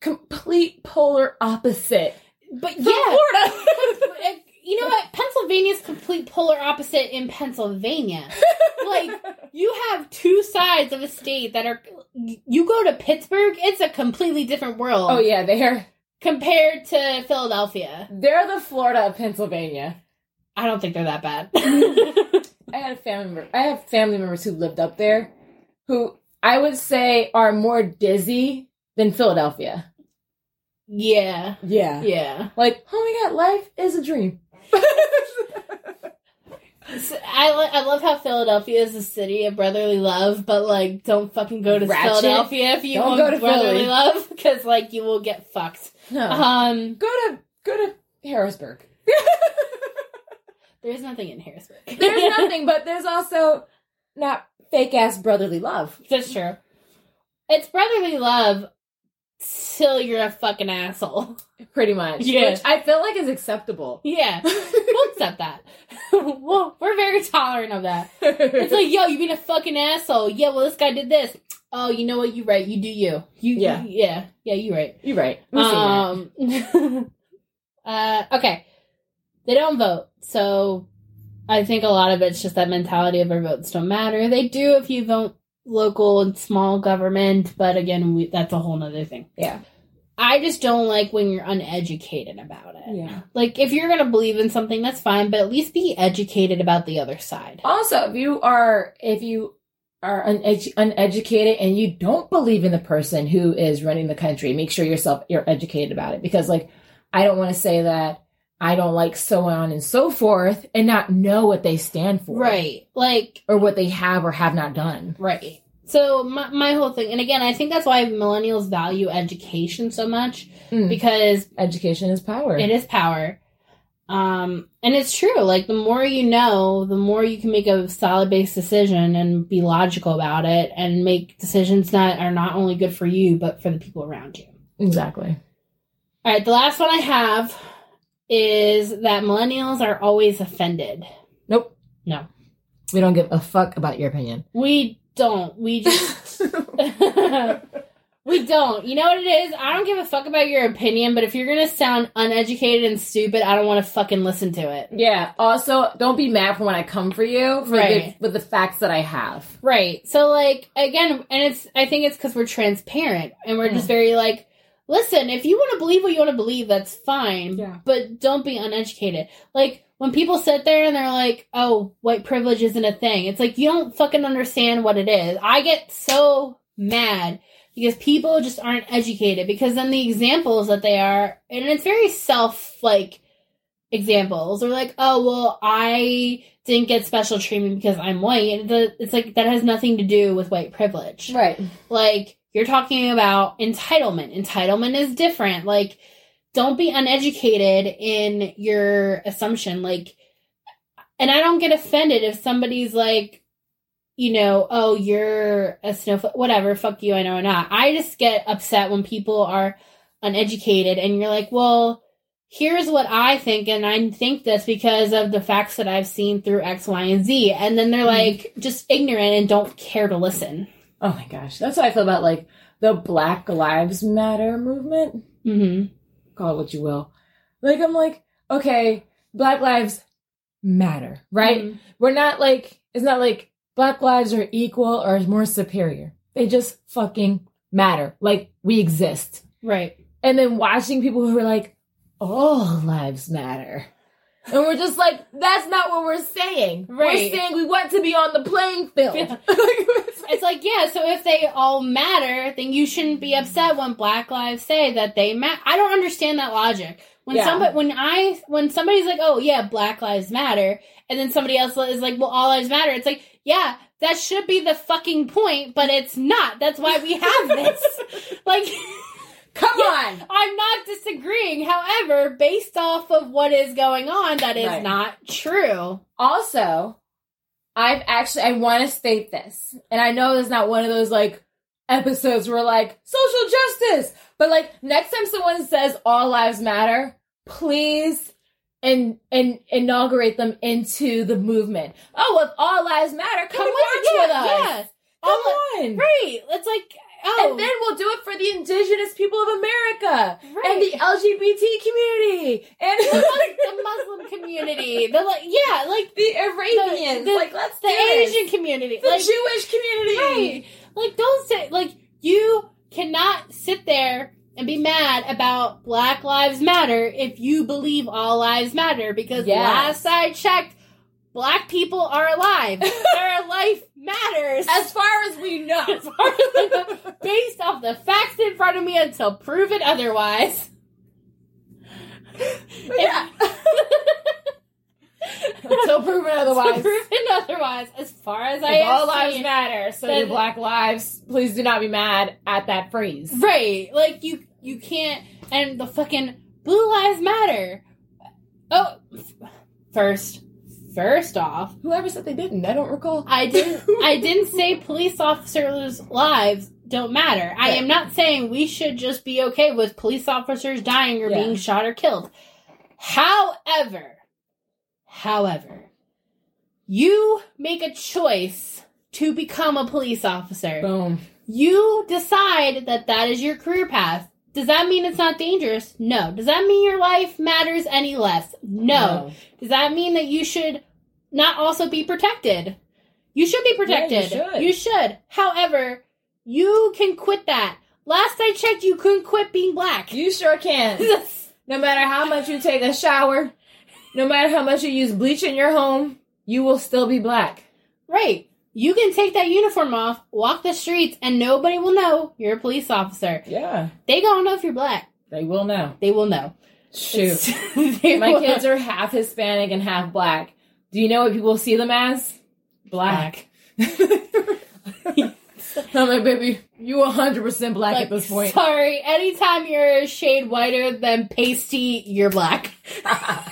complete polar opposite.
But
from Florida.
Uh, you know what? Pennsylvania's complete polar opposite in Pennsylvania. like you have two sides of a state that are you go to Pittsburgh, it's a completely different world
Oh yeah, they're
compared to Philadelphia.
they're the Florida of Pennsylvania.
I don't think they're that bad.
I had a family. Member, I have family members who lived up there, who I would say are more dizzy than Philadelphia.
yeah.
Yeah,
Yeah.
like oh my god, life is a dream.
So I, lo- I love how Philadelphia is the city of brotherly love, but like, don't fucking go to
Ratchet.
Philadelphia if you
Don't
want
go to
brotherly
Philly.
love, because like, you will get fucked.
No,
Um,
go to go to Harrisburg.
there's nothing in Harrisburg.
There's nothing, but there's also not fake ass brotherly love.
That's true. It's brotherly love till you're a fucking asshole.
Pretty much.
Yeah.
Which I feel like is acceptable.
Yeah, we'll accept that. well, we're very tolerant of that. It's like, yo, you being a fucking asshole. Yeah, well, this guy did this. Oh, you know what? You right. You do you. You
Yeah.
yeah yeah. You right.
You're right. I'm seeing that.
Um, uh, okay. They don't vote. So I think a lot of it's just that mentality of our votes don't matter. They do if you vote local and small government, but again, we, that's a whole nother thing.
Yeah.
I just don't like when you're uneducated about it.
Yeah.
Like, if you're going to believe in something, that's fine, but at least be educated about the other side.
Also, if you are if you are unedu- uneducated and you don't believe in the person who is running the country, make sure yourself you're educated about it because like I don't want to say that I don't like so on and so forth and not know what they stand for.
Right. Like,
Or what they have or have not done.
Right. So my, my whole thing, and again, I think that's why millennials value education so much
Mm.
because
Education is power.
it is power. Um, and it's true. Like the more you know, the more you can make a solid based decision and be logical about it, and make decisions that are not only good for you but for the people around you.
Exactly.
All right, the last one I have is that millennials are always offended.
Nope.
No.
We don't give a fuck about your opinion.
We don't. We just. we don't. You know what it is? I don't give a fuck about your opinion, but if you're gonna sound uneducated and stupid, I don't want to fucking listen to it.
Yeah. Also, don't be mad for when I come for you for
Right.
the, with the facts that I have.
Right. So like again, and it's I think it's because we're transparent and we're just very like, listen, if you want to believe what you want to believe, that's fine.
Yeah.
But don't be uneducated. Like when people sit there and they're like, "Oh, white privilege isn't a thing," it's like you don't fucking understand what it is. I get so mad because people just aren't educated because then the examples that they are, and it's very self like examples or like oh well i didn't get special treatment because i'm white and the, it's like that has nothing to do with white privilege
Right.
like you're talking about entitlement entitlement is different like don't be uneducated in your assumption like and i don't get offended if somebody's like you know oh you're a snowflake whatever fuck you i know or not i just get upset when people are uneducated and you're like well here's what i think and i think this because of the facts that i've seen through x y and z and then they're like just ignorant and don't care to listen
Oh my gosh. That's how I feel about like the Black Lives Matter movement.
hmm
Call it what you will. Like I'm like, okay, Black Lives matter, right?
Mhm.
We're not like it's not like Black lives are equal or more superior. They just fucking matter. Like we exist.
Right.
And then watching people who are like, all lives matter. And we're just like, that's not what we're saying.
Right.
We're saying we want to be on the playing field.
Yeah.
Like,
It's like, yeah, so if they all matter, then you shouldn't be upset when black lives say that they matter. I don't understand that logic. When
Yeah.
somebody when I when somebody's like, "Oh, yeah, black lives matter." And then somebody else is like, "Well, all lives matter." It's like, "Yeah, that should be the fucking point, but it's not. That's why we have this." like
Come on.
I'm not disagreeing. However, based off of what is going on, that is
Right.
not true.
Also, I've actually I want to state this, and I know it's not one of those like episodes where like social justice, but like next time someone says all lives matter, please and and inaugurate them into the movement. Oh, if all lives matter, come, march
yeah,
with us.
yeah.
Come
All
on.
Right. It's like oh,
And then we'll do it for the indigenous people of America and
Right.
the LGBT community and
the, the Muslim community, the like, yeah, like
the Arabians.
the-
like let's
the
do this.
Asian community,
the
like
Jewish community.
right, like don't say like You cannot sit there and be mad about Black Lives Matter if you believe all lives matter because
Yes.
last I checked, black people are alive. Their life matters.
As far as we know.
As far as I know, based off the facts in front of me until proven otherwise.
yeah.
So proven otherwise.
proven otherwise, as far as I
If all
am
lives
seeing-
matter, so
then-
do black lives. Please do not be mad at that phrase.
Right. Like you you can't and the fucking blue lives matter. Oh first first off,
Whoever said they didn't, I don't recall.
I didn't I didn't say police officers' lives don't matter. I am not saying we should just be okay with police officers dying or
Yeah.
being shot or killed. However, however, you make a choice to become a police officer
Boom.
you decide that that is your career path. Does that mean it's not dangerous? No. Does that mean your life matters any less? No. Does that mean that you should not also be protected? You should be
Yeah, you
protected.
should.
you should. However, you can quit that. Last I checked, you couldn't quit being black.
You sure can.
That's
No matter how much you take a shower, no matter how much you use bleach in your home, you will still be black.
right. You can take that uniform off, walk the streets, and nobody will know you're a police officer.
Yeah.
They don't know if you're black.
They will now.
They will know.
Shoot.
They
My
will.
kids are half Hispanic and half black. Do you know what people see them as? Black. I'm like, baby, you 100% black
Like,
at this point.
Sorry, anytime you're a shade whiter than pasty, you're black.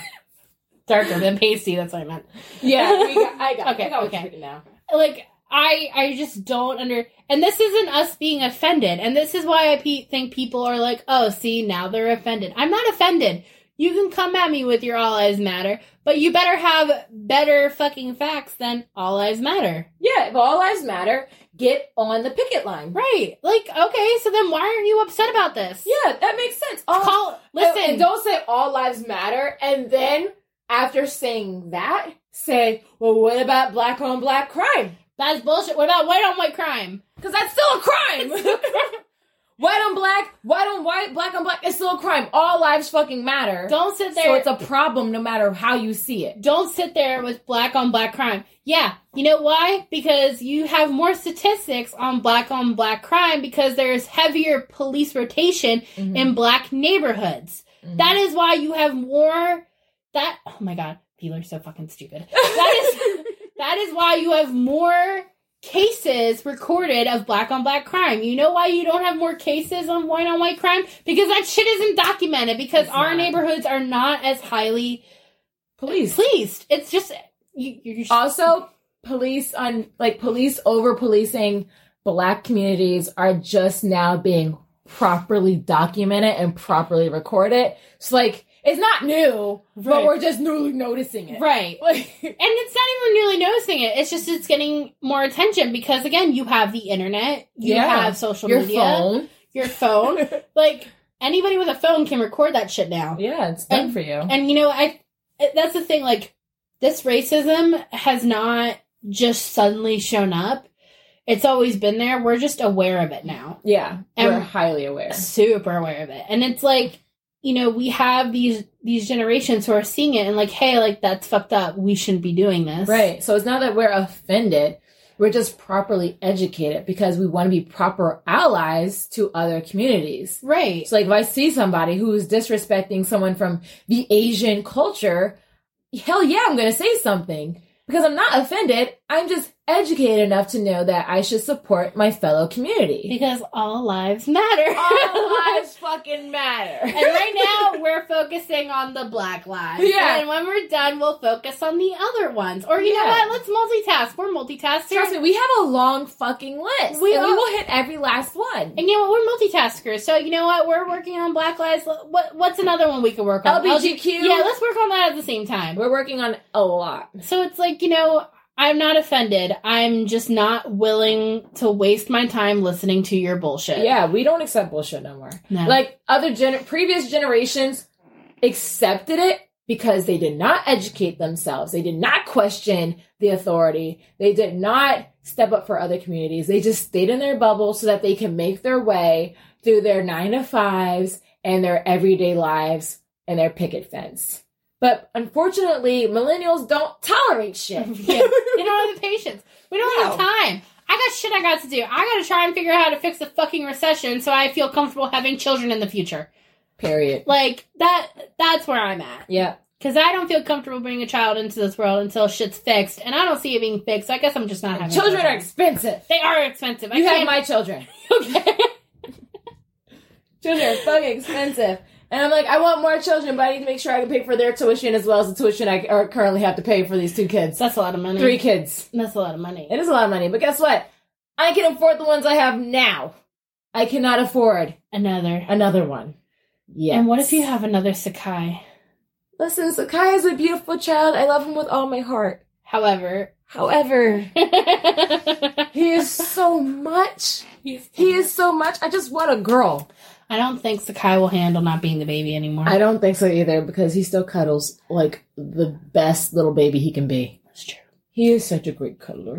Darker than pasty, that's what I meant.
yeah.
We got, I got,
Okay,
I got what
okay.
you did now.
Like, I I just don't under and this isn't us being offended, and this is why I pe- think people are like, oh, see, now they're offended. I'm not offended. You can come at me with your all lives matter, but you better have better fucking facts than all lives matter.
Yeah, if all lives matter, get on the picket line.
Right. Like, okay, so then why aren't you upset about this?
Yeah, that makes sense.
Oh,
All,
Call
listen,
listen.
don't say all lives matter, and then after saying that, say, well, what about black on black crime?
That's bullshit. What about white on white crime?
Because that's still a crime. white on black, white on white, black on black, it's still a crime. All lives fucking matter.
Don't sit
so
there.
it's a problem no matter how you see it.
don't sit there with black on black crime. Yeah, you know why? Because you have more statistics on black on black crime because there's heavier police rotation in black neighborhoods.
Mhm.
That is why you have more. That oh my god, people are so fucking stupid. That is that is why you have more cases recorded of black on black crime. You know why you don't have more cases on white on white crime? Because that shit isn't documented because
It's
our
not.
neighborhoods are not as highly
Please.
pleased. It's just you, you're just,
also police on like police over policing black communities are just now being properly documented and properly recorded so like it's not new
Right.
but we're just newly noticing it
right.
Like,
And it's not even really noticing it. It's just it's getting more attention because again, you have the internet, you
Yeah.
have social
your
media,
phone
your phone. like anybody with a phone can record that shit now.
yeah it's done for you
And you know, I that's the thing. Like this racism has not just suddenly shown up. It's always been there. We're just aware of it now.
yeah
and-
we're highly aware
super aware of it and it's like you know we have these these generations who are seeing it and like hey like that's fucked up we shouldn't be doing this
right so it's not that we're offended we're just properly educated because we want to be proper allies to other communities
right
So, like, if I see somebody who is disrespecting someone from the Asian culture, hell yeah, I'm going to say something because I'm not offended. I'm just educated enough to know that I should support my fellow community.
because all lives matter
All lives fucking matter.
and right now we're focusing on the black lives
Yeah.
and when we're done we'll focus on the other ones or you know
Yeah.
what let's multitask we're multitaskers
Trust me, we have a long fucking list.
We
and we
are-
will hit every last one.
and you know what? We're multitaskers. So you know what? We're working on Black Lives. What, what's another one we could work on?
LBGQ.
Yeah, let's work on that at the same time.
We're working on a lot.
So it's like, you know, I'm not offended. I'm just not willing to waste my time listening to your bullshit.
Yeah, we don't accept bullshit no more.
No.
Like other gen- previous generations accepted it because they did not educate themselves. They did not question the authority. They did not
step up for other communities. They just stayed in their bubble so that they can make their way through their nine to fives and their everyday lives and their picket fence. But unfortunately, millennials don't tolerate shit.
Yeah. they don't have the patience. We don't have the time. I got shit I got to do. I gotta try and figure out how to fix the fucking recession so I feel comfortable having children in the future.
Period.
Like that that's where I'm at.
Yeah.
Cause I don't feel comfortable bringing a child into this world until shit's fixed, and I don't see it being fixed. I guess I'm just not having
Children
children.
are expensive.
They are expensive.
You
I
have
can't.
my children.
okay.
Children are fucking expensive. And I'm like, I want more children, but I need to make sure I can pay for their tuition as well as the tuition I or currently have to pay for these two kids.
That's a lot of money.
Three kids.
That's a lot of money.
It is a lot of money, but guess what? I can afford the ones I have now. I cannot afford
Another.
another one. Yes.
And what if you have another Sakai?
Listen, Sakai is a beautiful child. I love him with all my heart.
However,
However,
I
he is so much. He is so much. I just want a girl.
don't think Sakai will handle not being the baby anymore.
I don't think so either because he still cuddles like the best little baby he can be.
That's true.
He is such a great cuddler.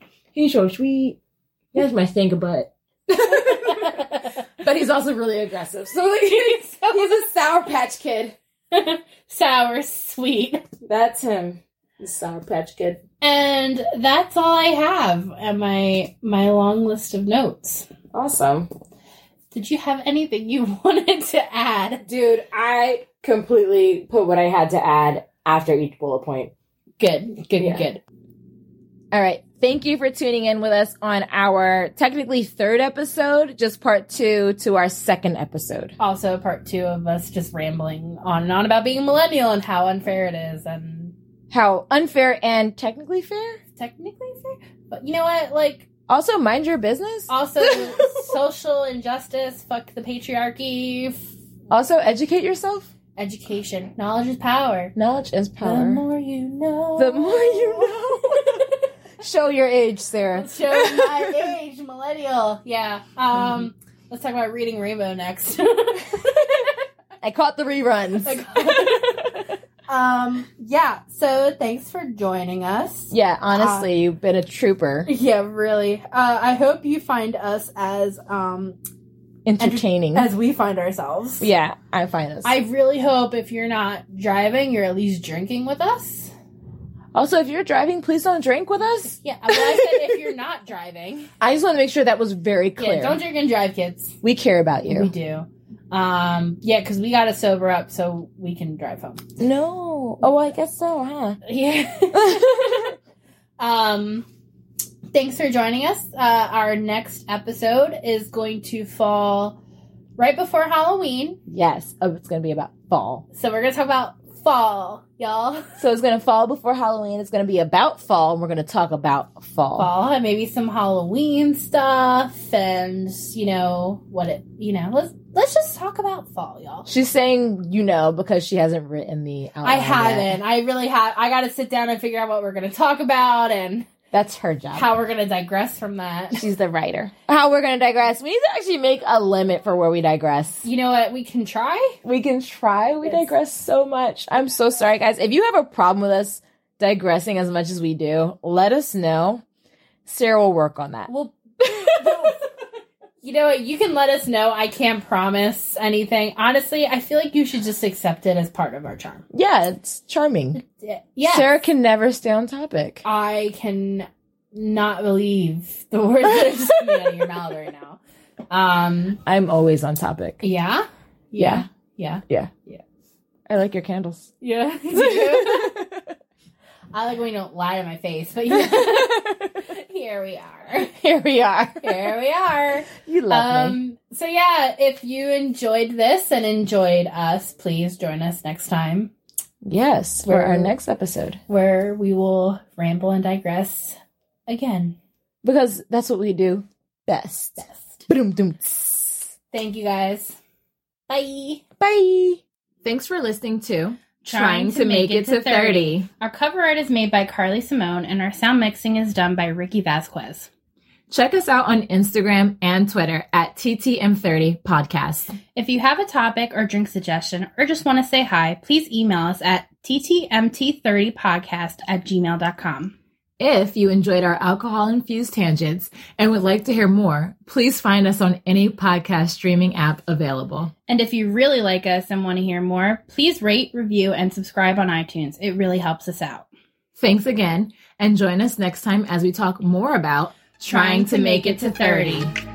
He's so sweet. That's my stinker butt. but he's also really aggressive. So like, he's, he's a sour patch kid.
Sour, sweet.
That's him. He's sour patch kid.
And that's all I have on my my long list of notes.
Awesome.
Did you have anything you wanted to add?
Dude, I completely put what I had to add after each bullet point.
Good, good,
Yeah.
good.
All right. Thank you for tuning in with us on our technically third episode, just part two to our second episode.
Also, part two of us just rambling on and on about being a millennial and how unfair it is, and
How unfair and technically fair?
technically fair. But you know what? Like,
Also, mind your business.
also social injustice. Fuck the patriarchy. F-
Also, educate yourself.
education, knowledge is power.
Knowledge is
The
power.
more you know,
The more you know. Show your age, Sarah.
Show my age, millennial. Yeah. Um, let's talk about reading Rainbow next.
I caught the reruns.
um, yeah. So thanks for joining us.
yeah, honestly, you've been a trooper.
Yeah, really. Uh, I hope you find us as um
Entertaining.
as we find ourselves.
yeah, I find us.
Mm-hmm. I really hope if you're not driving, you're at least drinking with us.
also, if you're driving, please don't drink with us.
Yeah, well, I said if you're not driving,
I just want to make sure that was very clear.
yeah, don't drink and drive, kids.
we care about
We
you.
do. Um, yeah, because we got to sober up so we can drive home.
No. Oh, I guess so, huh?
Yeah. um, thanks for joining us. Uh, our next episode is going to fall right before Halloween.
yes. Oh, it's going to be about fall.
So we're going to talk about fall, y'all.
So it's going to fall before Halloween. It's going to be about fall, and we're going to talk about fall.
Fall and maybe some Halloween stuff and, you know, what it, you know, let's let's just talk about fall, y'all.
She's saying, you know, because she hasn't written the outline.
I
yet.
haven't. I really have. I got to sit down and figure out what we're going to talk about and
That's her job.
how we're going to digress from that.
She's the writer. How we're going to digress. We need to actually make a limit for where we digress.
You know what? We can try.
We can try. We
Yes.
digress so much. I'm so sorry, guys. If you have a problem with us digressing as much as we do, let us know. Sarah will work on that.
Well, you know what? You can let us know. I can't promise anything. Honestly, I feel like you should just accept it as part of our charm.
Yeah, it's charming.
Yeah.
Sarah can never stay on topic.
I can not believe the words that are just coming out of your mouth right now. Um,
I'm always on topic.
yeah.
Yeah.
Yeah.
I like your candles.
Yeah. I like when you don't lie to my face, but yeah. here we are.
Here we are.
Here we are.
You love me.
Um, so yeah, if you enjoyed this and enjoyed us, please join us next time
Yes, for our
we're-
next episode.
where we will ramble and digress again.
Because that's what we do best.
Best.
Ba-dum-dum.
Thank you guys. Bye.
Bye.
Thanks for listening to
Trying to Make It to 30. Our cover art is made by Carly Simone and our sound mixing is done by Ricky Vasquez.
Check us out on Instagram and Twitter at TTM30 Podcast.
If you have a topic or drink suggestion or just want to say hi, please email us at ttmt30podcast at gmail.com.
If you enjoyed our alcohol infused tangents and would like to hear more, please find us on any podcast streaming app available.
And if you really like us and want to hear more, please rate, review, and subscribe on iTunes. It really helps us out.
Thanks again, and join us next time as we talk more about
Trying to make it to 30.